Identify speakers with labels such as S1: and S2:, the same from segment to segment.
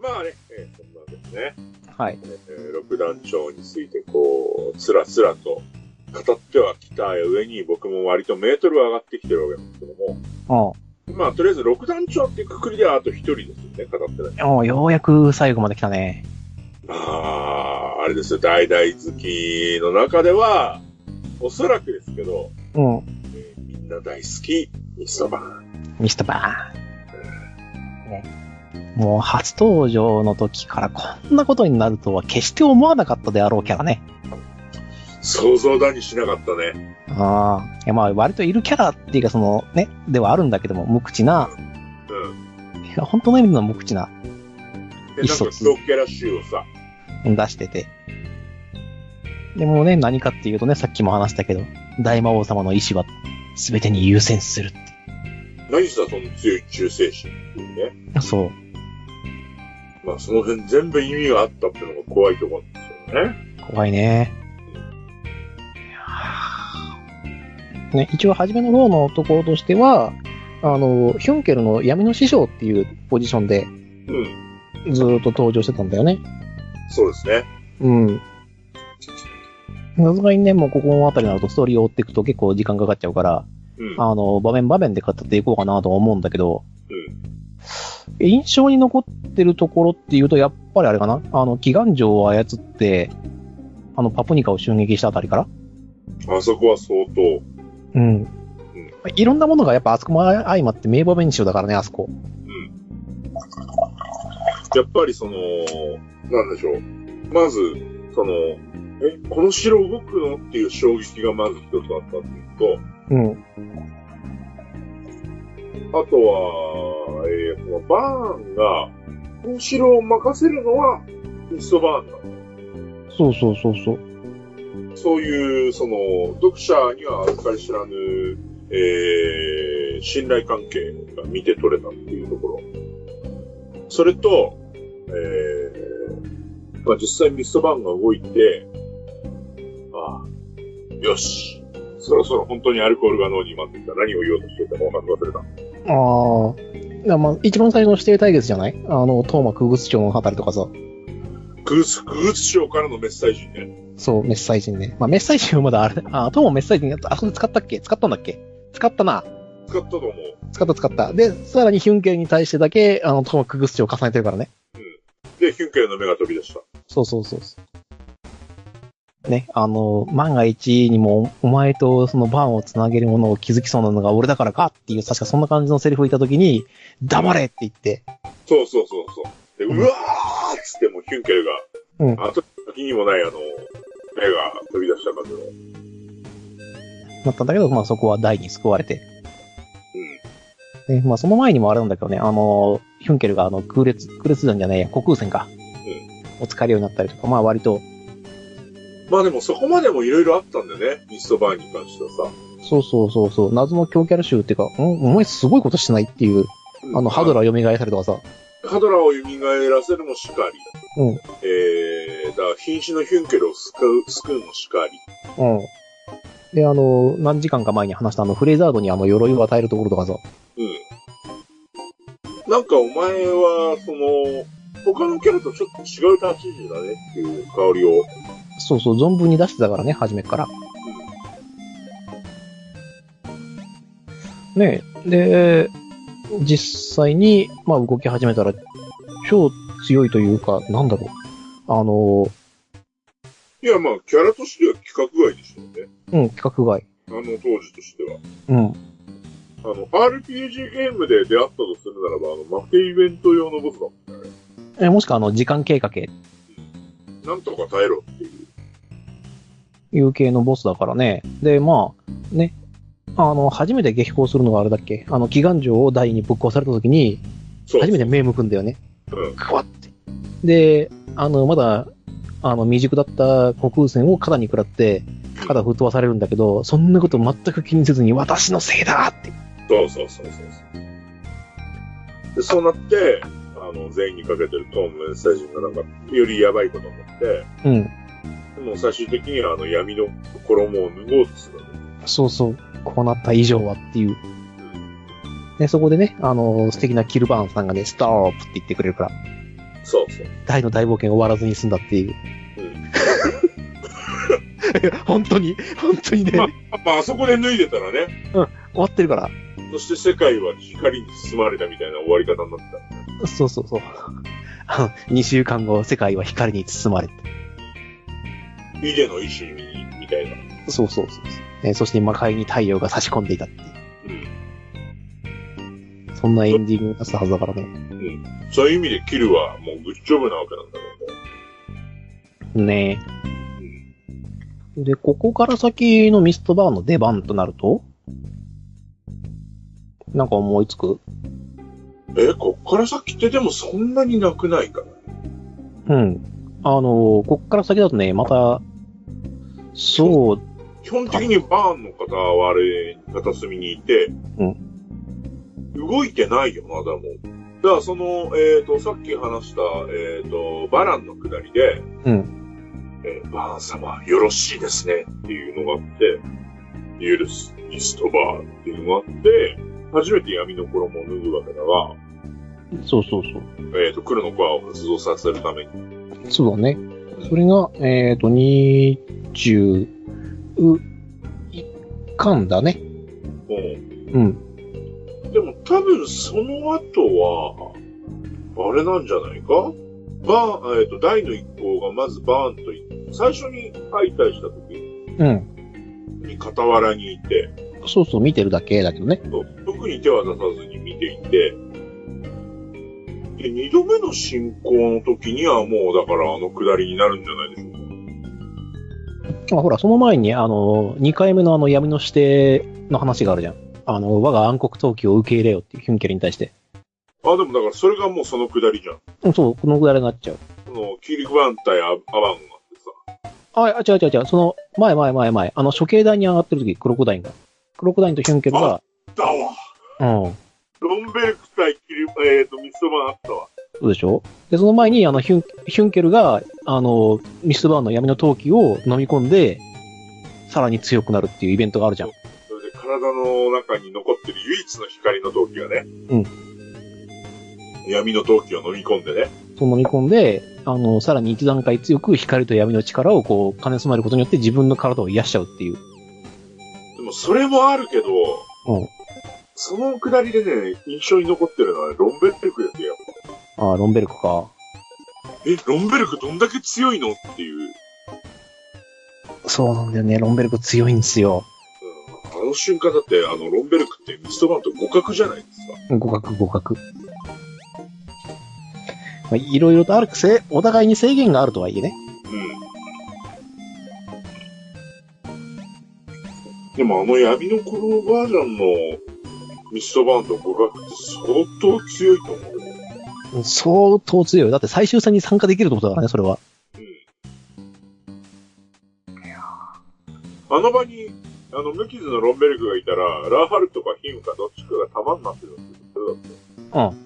S1: まあね、えーそんなんですね。
S2: はい。
S1: えー六段長についてこう、つらつらと語ってはきた上に僕も割とメートルは上がってきてるわけなんですけども、
S2: おう
S1: まあとりあえず六段長っていうくくりではあと一人ですよね、語ってない。
S2: おうようやく最後まで来たね。
S1: まあ、あれですよ、大々好きの中では、おそらくですけど、
S2: うん。
S1: えーみんな大好き、ミスターバーン。
S2: ミスターバーン。ね。もう初登場の時からこんなことになるとは決して思わなかったであろうキャラね。
S1: 想像だにしなかったね。
S2: ああ。いやまあ割といるキャラっていうかそのね、ではあるんだけども、無口な、
S1: うん。
S2: いや本当の意味の無口な
S1: で、なん
S2: そ
S1: か
S2: う
S1: クソキャラ集をさ、
S2: 出してて。でもね、何かっていうとね、さっきも話したけど、大魔王様の意志は全てに優先する。
S1: 何したその強い忠誠心っていうね。
S2: そう。
S1: まあ、その辺全部意味があったっていうのが怖いところなんですよね。
S2: 怖いね。ね、一応初めの方のところとしては、あの、ヒュンケルの闇の師匠っていうポジションで
S1: うん。
S2: ずーっと登場してたんだよね。
S1: そうですね。
S2: うん。さすがにね、もうここのあたりになるとストーリーを追っていくと結構時間かかっちゃうから、
S1: うん。
S2: あの、場面場面で語っていこうかなとは思うんだけど、
S1: うん。
S2: 印象に残ってるところっていうと、やっぱりあれかなあの、祈願城を操って、あの、パプニカを襲撃したあたりから
S1: あそこは相当。
S2: うん。いろんなものがやっぱあそこも相まって名場面集だからね、あそこ。
S1: うん。やっぱりその、なんでしょう。まず、その、え、この城動くのっていう衝撃がまず一つあったっていう
S2: うん。
S1: のと、あとは、えー、このバーンが、この城を任せるのは、ミストバーンだ。
S2: そうそうそうそう。
S1: そういう、その、読者にはあっかり知らぬ、えー、信頼関係が見て取れたっていうところ。それと、えー、まあ、実際ミストバーンが動いて、ああ、よし。そろそろ本当にアルコールが脳に回ってきた。何を言おうとしていたか分かんなく忘れた。
S2: ああ。いやまあ、一番最初の指定対決じゃないあの、トーマ・クグス町のあたりとかさ。
S1: クース、クース賞からのメッサージね。
S2: そう、メッサイ人ね。まあ、メッサイ人はまだあれ、あ、トーマメッサイ人、あそこで使ったっけ使ったんだっけ使ったな。
S1: 使ったと思う。
S2: 使った使った。で、さらにヒュンケルに対してだけ、あの、トーマ・クグス町を重ねてるからね。
S1: で、ヒュンケルの目が飛び出した。
S2: そうそうそうそう。ね、あの、万が一にも、お前とそのバーンをつなげるものを気づきそうなのが俺だからかっていう、確かそんな感じのセリフを言ったときに、黙れって言って、
S1: そうそうそうそう。で、うわーっつってもうヒュンケルが、
S2: うん
S1: あと時にもないあの、目が飛び出した感じの。うん。
S2: なったんだけど、まあそこは大に救われて。ね、まあその前にもあれなんだけどね、あの、ヒュンケルがあの、空列、空列団じゃないや、虚空戦か。を使えるようになったりとか、まあ割と、
S1: まあでもそこまでもいろいろあったんだよね。ミストバーンに関してはさ。
S2: そうそうそうそう、謎の強キャラ集っていうか、んお前すごいことしてないっていう、あの、ハド
S1: ラ。
S2: ラー蘇らせるとかさ、
S1: ハドラーを蘇らせるもしかり。
S2: うん、
S1: えー、だから瀕死のヒュンケルを救う、救うもしかり。
S2: うん。で、あの、何時間か前に話したあの、フレザードにあの、鎧を与えるところとかさ。
S1: うん。なんかお前は、その、他のキャラとちょっと違う立ち位置だねっていう香りを。
S2: そうそう、存分に出してたからね、初めっから。ねえで、実際に、まあ、動き始めたら、超強いというか、なんだろう。あの、
S1: いや、まあ、キャラとしては規格外でしょうね。
S2: うん、企画外。
S1: あの当時としては。
S2: うん。
S1: あの、RPG ゲームで出会ったとするならば、あの、負けイベント用のボスだもんね。
S2: えもしくは、あの、時間経過系
S1: なんとか耐えろっていう。
S2: いう系のボスだからね。で、まあ、ね。あの、初めて激高するのがあれだっけあの、祈願城を台にぶっ壊された時に、
S1: そう。
S2: 初めて目向くんだよね。
S1: うん。
S2: くわって。で、あの、まだ、あの、未熟だった虚空船を肩に食らって、肩吹っ飛ばされるんだけど、そんなこと全く気にせずに、私のせいだって。
S1: そうそうそうそうそう。で、そうなって、あの、全員にかけてるトームメッセージがなんか、よりやばいことになって、
S2: うん。
S1: でも最終的にはあの、闇の衣を脱ごうとするわけ。
S2: そうそう。こうなった以上はっていう。ね、そこでね、あの、素敵なキルバーンさんがね、ストップって言ってくれるから。
S1: そうそう。
S2: 大の大冒険終わらずに済んだっていう。
S1: う
S2: いや 本当に、本当にね、
S1: まあまあ、あそこで脱いでたらね、
S2: 終わってるから。
S1: そして世界は光に包まれたみたいな終わり方になった。
S2: そうそうそう。あの、2週間後、世界は光に包まれて。
S1: イデの意志みみたいな。
S2: そうそうそうそう。ね、そして魔界に太陽が差し込んでいたっていう。
S1: うん。
S2: そんなエンディングを出すはずだからね。
S1: そういう意味でキルはもうグッジョブなわけなんだけどね。
S2: ね
S1: うん。
S2: え。で、ここから先のミストバーンの出番となるとなんか思いつく
S1: え、こっから先ってでもそんなになくないかな。
S2: うん。あのーこっから先だとね、また、そう、
S1: 基本的にバーンの方はあれ、片隅にいて、
S2: う
S1: 動いてないよな、だもん。だからその、えっ、と、さっき話した、えっ、と、バランの下りで、
S2: うん。
S1: えーバーン様、よろしいですね、っていうのがあって、許す、ミストバーンっていうのがあって、初めて闇の衣を脱ぐわけだが、
S2: そうそうそう。
S1: えっ、と、黒のコアを発動させるために、
S2: そうだね。それが、えっ、と、21巻だね。
S1: も
S2: うん。
S1: う、でも多分その後は、あれなんじゃないかバーン、えっ、と、大の一行がまずバーンとい、最初に解体した時
S2: うん。
S1: に傍らにいて、
S2: そうそう、見てるだけだけどね。
S1: 特に手は出さずに見ていて、で、二度目の進行の時にはもうだからあの下りになるんじゃないでしょうか。
S2: まあ、ほら、その前に、あの、2回目のあの、闇の指定の話があるじゃん。あの、我が暗黒闘気を受け入れよっていうヒュンケルに対して。
S1: あ、でもだからそれがもうその下りじゃん。
S2: うんそう、このぐらいになっちゃう。
S1: その、キリクバン対アアバンがあってさ。
S2: あ、あ違う違う違う、その、前前前前、あの、処刑台に上がってる時、クロコダインが。クロコダインとヒュンケルが、
S1: だわ
S2: うん、
S1: ロンベルク対キリ、えっ、と、ミストバンあったわ。
S2: そうでしょで、その前に、あのヒュン、ヒュンケルが、あの、ミストバーンの闇の闘気を飲み込んで、さらに強くなるっていうイベントがあるじゃん。
S1: それで体の中に残ってる唯一の光の闘気がね。うん。闇の闘気を飲み込んでね。
S2: そう飲み込んで、あの、さらに一段階強く光と闇の力をこう、兼ね備えることによって自分の体を癒しちゃうっていう。
S1: でもそれもあるけど、
S2: うん。
S1: その下りでね、印象に残ってるのはね、ロンベルクですよ。
S2: ああ、ロンベルクか。
S1: え、ロンベルクどんだけ強いのっていう、
S2: そうなんだよね、ロンベルク強いんですよ。
S1: うんあの瞬間だって、あの、ロンベルクってミストバンと互角じゃないですか。
S2: 互角互角。まあ、いろいろとあるくせ、お互いに制限があるとはいえね。
S1: うん。でもあの闇の子供バージョンのミストバンと互角って相当強いと思うよ。
S2: 相当強いよ。だって最終戦に参加できるってことだからね、それは。
S1: あの場に、あの、無傷のロンベルクがいたら、ラーハルとかヒムかどっちかが玉になってるんですよ。
S2: うん。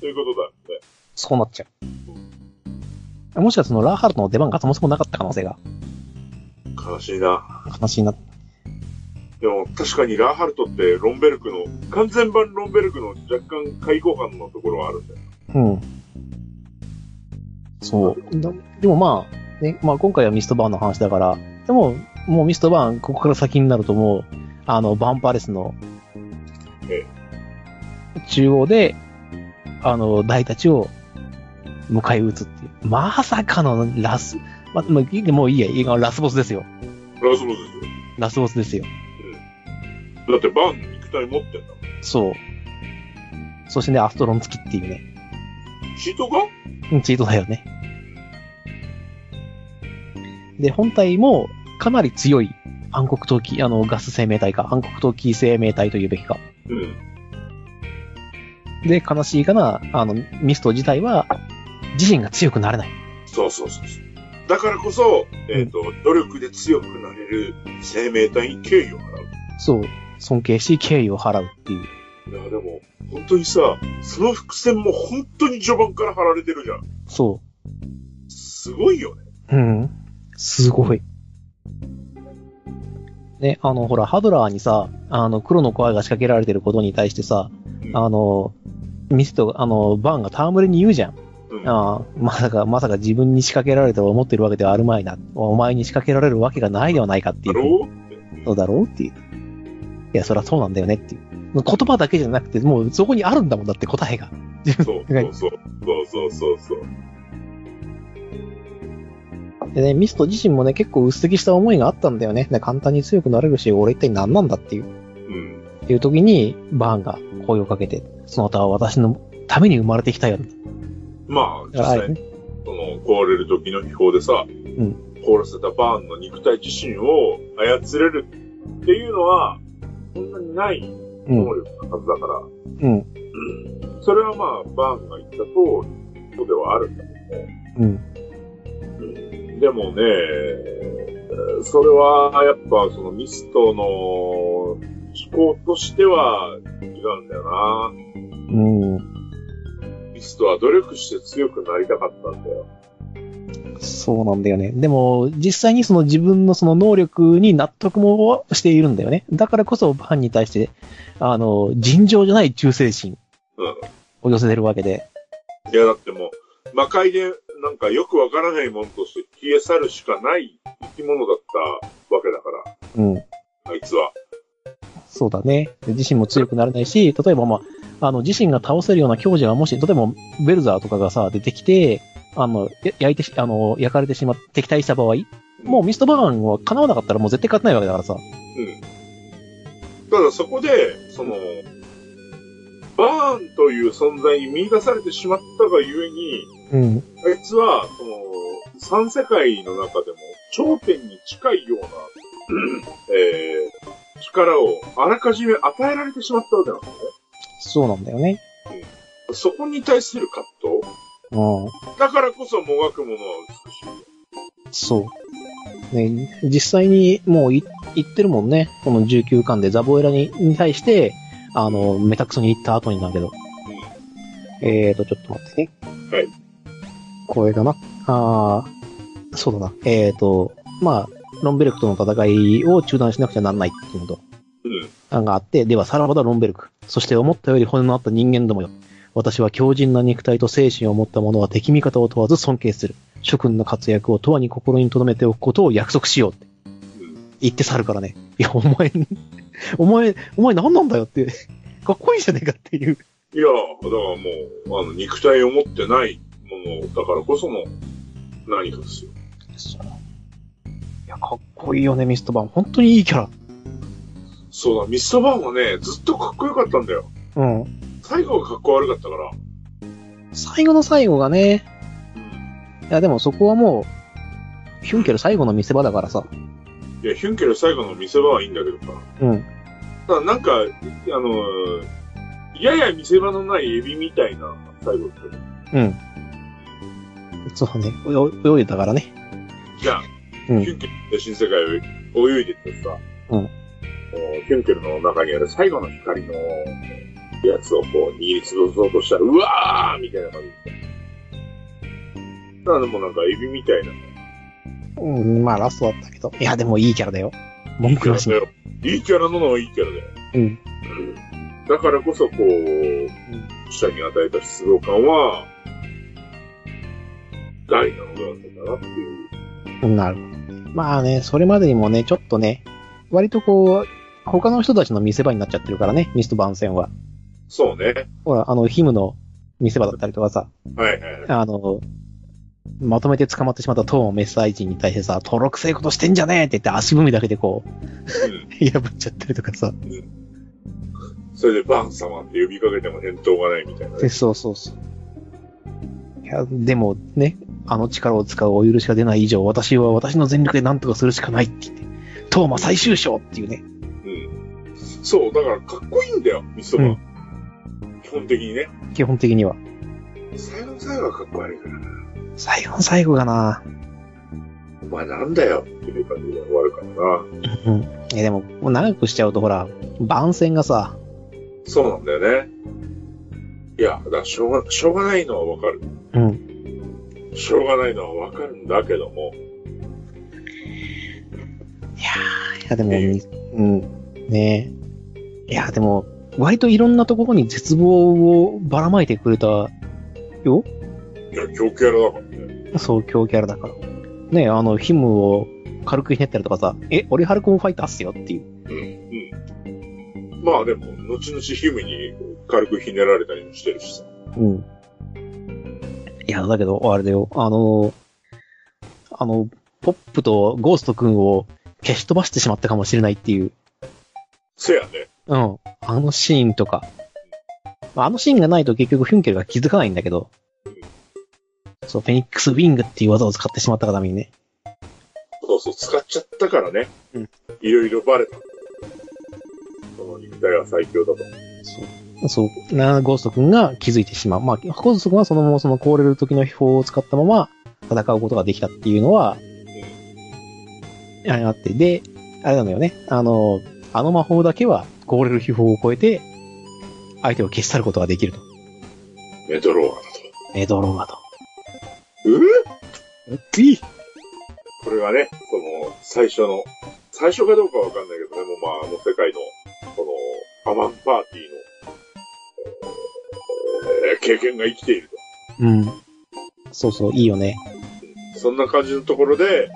S1: ということだよね。
S2: そうなっちゃう。もしかしたらそのラーハルトの出番がそもそもなかった可能性が。
S1: 悲しいな。
S2: 悲しいな。
S1: でも確かにラーハルトってロンベルクの、完全版ロンベルクの若干開放感のところはあるんだよ。
S2: うん。そう。だでもまあ、ね、まあ今回はミストバーンの話だから、でも、もうミストバーン、ここから先になるともう、あの、バンパレスの
S1: え、
S2: 中央で、あの、大たちを迎え撃つっていう。まさかのラス、ま、まあもういいや、いいやラスボスですよ。
S1: ラスボスですよ。
S2: ラスボスですよ。
S1: だってバーンの肉体持ってんだもん。
S2: そう。そしてね、アストロン付きっていうね。
S1: シートが
S2: うん、チートだよね。で、本体もかなり強い暗黒闘気、あの、ガス生命体か、暗黒闘気生命体というべきか。
S1: うん。
S2: で、悲しいかな、あの、ミスト自体は、自身が強くなれない。
S1: そうそうそうそう。だからこそ、えっ、と、努力で強くなれる生命体に敬意を払う。
S2: そう、尊敬し、敬意を払うっていう。
S1: いや、でも、本当にさ、その伏線も本当に序盤から張られてるじゃん。
S2: そ
S1: すごいよね。
S2: う。うん。すごい。ね、あの、ほら、ハドラーにさ、あの、黒の声が仕掛けられてることに対してさ、
S1: うん
S2: あの、店と、あの、バーンが戯れに言うじゃん。
S1: うん
S2: ああ、まさか、まさか自分に仕掛けられたと思ってるわけではあるまいな。お前に仕掛けられるわけがないではないかってい
S1: だ
S2: うふうに。
S1: ろう
S2: そうだろうっていう。いや、そりゃそうなんだよねっていう。言葉だけじゃなくて、もうそこにあるんだもんだって答えが。
S1: そうそうそう。そうそうそうそう。
S2: でね、ミスト自身もね、結構薄着した思いがあったんだよね。で簡単に強くなれるし、俺一体何なんだっていう、
S1: うん。
S2: っていう時に、バーンが声をかけて、その他は私のために生まれてきたよ。
S1: まあ、実
S2: だからあれ
S1: 際、
S2: ね、
S1: その、壊れる時の秘宝でさ、
S2: ん
S1: 凍らせたバーンの肉体自身を操れるっていうのは、そんなにない能力のはずだから、
S2: うん、うん、
S1: うんそれはまあ、バーンが言った通りことではあるんだけどね。
S2: うん、
S1: うんでもね、えーそれはやっぱそのミストの思考としては違うんだよ
S2: うん。
S1: な。ミストは努力して強くなりたかったんだよ。
S2: そうなんだよね。でも、実際にその自分のその能力に納得もしているんだよね。だからこそ、バーンに対して、あの、尋常じゃない忠誠心
S1: うん
S2: を寄せてるわけで。
S1: いやだってもう、魔界でなんかよくわからないものとして消え去るしかない生き物だったわけだか
S2: うん。
S1: ら、あいつは。
S2: そうだね。自身も強くなれないし、例えば、まあ、あの、自身が倒せるような強者がもし、例えば、ベルザーとかがさ、出てきて、あの、や焼いてし、あの、焼かれてしまって、敵対した場合、もうミストバーンは叶わなかったらもう絶対勝てないわけだからさ。
S1: ただそこで、その、バーンという存在に見出されてしまったがゆえに、
S2: うん。
S1: あいつは、その、三世界の中でも頂点に近いような、 えー、力をあらかじめ与えられてしまったわけなんですね。
S2: そうなんだよね。
S1: そこに対する葛藤。
S2: うん。
S1: だからこそもがくものは美しい。
S2: そう。ね、実際にもうい言ってるもんね。この19巻でザボエラにに対して、あの、メタクソに行った後になんだけど。えーと、ちょっと待ってね。
S1: はい。
S2: これかな。あー、そうだな。えーと、まあ、ロンベルクとの戦いを中断しなくちゃなんないっていうのと、
S1: うん。
S2: 案があって、では、さらばだロンベルク。そして思ったより骨のあった人間どもよ。私は強靭な肉体と精神を持った者は敵味方を問わず尊敬する。諸君の活躍を永遠に心に留めておくことを約束しようって
S1: うん。
S2: 言って去るからね。いや、お前、 お前、お前何なんだよって。かっこいいじゃねえかっていう。
S1: いや、だからもう、あの、肉体を持ってないものだからこその何かですよ。
S2: そういや、かっこいいよね、ミストバーン。本当にいいキャ
S1: そうだ、ミストバーンはね、ずっとかっこよかったんだよ。
S2: ラ。うん。
S1: 最後がかっこ悪かったから。
S2: 最後の最後がね、
S1: うん
S2: いや、でもそこはもう、ヒュンケル最後の見せ場だからさ。
S1: いや、ヒュンケル最後の見せ場はいいんだけどさ。
S2: うん。
S1: ただなんか、あの、やや見せ場のないエビみたいな最後って。
S2: うん。そうね、お泳いでたからね。
S1: じゃあ、
S2: うん
S1: ヒュンケルで新世界を泳いでってさ、
S2: うん
S1: こヒュンケルの中にある最後の光のやつをこう握りつぶそうとしたら、うわーみたいな感じで。ただでもなんかエビみたいな。
S2: うん、まあラストだったけど。いや、でもいいキャラだよ。文句なし
S1: い
S2: に。
S1: いキャラだよ。いいキャラなのはいいキャラだよ。
S2: うん。
S1: うんだからこそこう、記者に与えた出動感は、大なのではないかなっていう。
S2: なるほど。まあね、それまでにもね、ちょっとね、割とこう、他の人たちの見せ場になっちゃってるからね、ミストバーン戦は。
S1: そうね。
S2: ほら、あの、ヒムの見せ場だったりとかさ、
S1: はいはい。
S2: あの、まとめて捕まってしまったトーンをメッサージに対してさ、登録成ことしてんじゃねえって言って足踏みだけでこう、
S1: うん
S2: 破っちゃったりとかさ。
S1: それでバン様って呼びかけても返答がないみたいなね、
S2: でそうそうそう。いや、でもね、あの力を使うお許しが出ない以上、私は私の全力で何とかするしかないって言って、トーマ最終章っていう
S1: う
S2: ね。
S1: ん。そう、だからかっこいいんだよ、ミストバーン。基本的にね。
S2: 基本的には。
S1: 最後の最後はかっこ悪いから。
S2: 最後の最後がな
S1: お前なんだよっていう感じで終わるからな。
S2: え、でも、もう長くしちゃうとほら、番宣がさ、
S1: そうなんだよね。いや、だからしょうが、しょうがないのはわかる。
S2: うん。
S1: しょうがないのはわかるんだけども、
S2: いや、でも、
S1: ええ
S2: うん。ねえ。いや、でも、割といろんなところに絶望をばらまいてくれたよ。
S1: いや、狂気やらだからね。
S2: そう、強キャラだから。ねえあの、ヒムを軽くひねったりとかさ、え、俺ハルコンファイターっすよっていう。
S1: うん。うん。まあでも、後々ヒムに軽くひねられたりもしてるしさ。
S2: うん。いや、だけど、あれだよ、あの、あの、ポップとゴースト君を消し飛ばしてしまったかもしれないっていう。
S1: せやね。
S2: うん。あのシーンとか。まああのシーンがないと結局ヒュンケルが気づかないんだけど。そう、フェニックスウィングっていう技を使ってしまったがためにね。
S1: そうそう、使っちゃったからね。
S2: うん。
S1: いろいろバレた。その肉体は最強だと。
S2: そう。そう、なゴースト君が気づいてしまう。まあ、ゴースト君はそのままその凍れる時の秘宝を使ったまま戦うことができたっていうのは、あれがあって、で、あれなのよね。あの、あの魔法だけは凍れる秘宝を超えて、相手を消し去ることができると。
S1: メトローアだと。
S2: メドローマと。
S1: うぅ
S2: いい
S1: これがね、その、最初の、最初かどうかわかんないけどね、もうまあ、あの世界の、この、アマンパーティーの、えー経験が生きていると。
S2: うん。そうそう、いいよね。
S1: そんな感じのところで、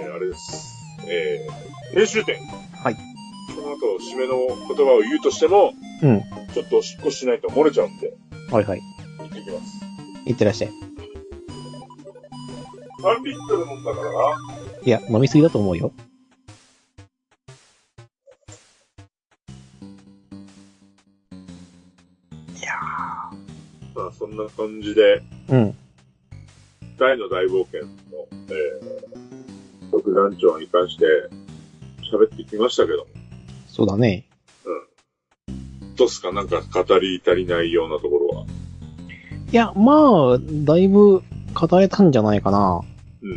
S1: えー、あれです。えー、編集点。
S2: はい。
S1: その後、締めの言葉を言うとしても、
S2: うん。
S1: ちょっとおしっこしないと漏れちゃうんで、
S2: はいはい。
S1: 行ってきます。
S2: いってらっしゃい。
S1: 3リットル飲んだからな。
S2: いや、飲みすぎだと思うよ。
S1: まあ、そんな感じで、
S2: うん。
S1: 大の大冒険の、えー、特団長に関して喋ってきましたけども、
S2: そうだね。
S1: どうっすかなんか語り足りないようなところは。
S2: いや、まあ、だいぶ語れたんじゃないかな。
S1: う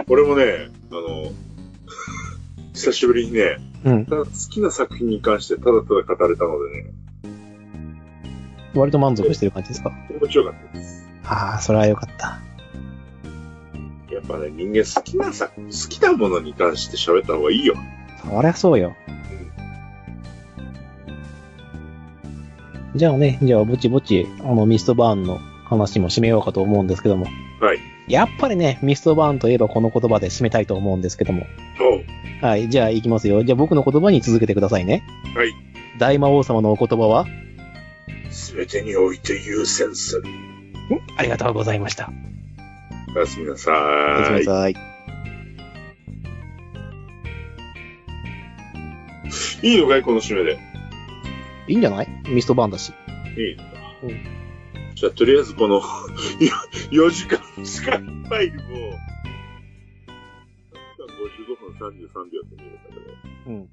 S1: ん。俺もね、あの、 久しぶりにね、
S2: うん。
S1: ただ好きな作品に関してただただ語れたのでね、
S2: 割と満足してる感じですか。
S1: 気持ちよかったです。
S2: ああ、それはよかった。
S1: やっぱね、人間好きな作、好きなものに関して喋った方がいいよ。
S2: そりゃそうよ。じゃあね、じゃあぼちぼち、あの、ミストバーンの話も締めようかと思うんですけども。
S1: はい。
S2: やっぱりね、ミストバーンといえばこの言葉で締めたいと思うんですけども。
S1: おう
S2: はい、じゃあ行きますよ。じゃあ僕の言葉に続けてくださいね。
S1: はい。
S2: 大魔王様のお言葉は
S1: すべてにおいて優先する。
S2: ありがとうございました。
S1: おやすみなさ
S2: おやすみなさい。
S1: い。いいのかいこの締めで。
S2: いいんじゃないミストバーンだし。
S1: いいんだ
S2: う
S1: じゃあ、とりあえずこの 4時間しかないもう、55分33秒って見えたけど、
S2: うん。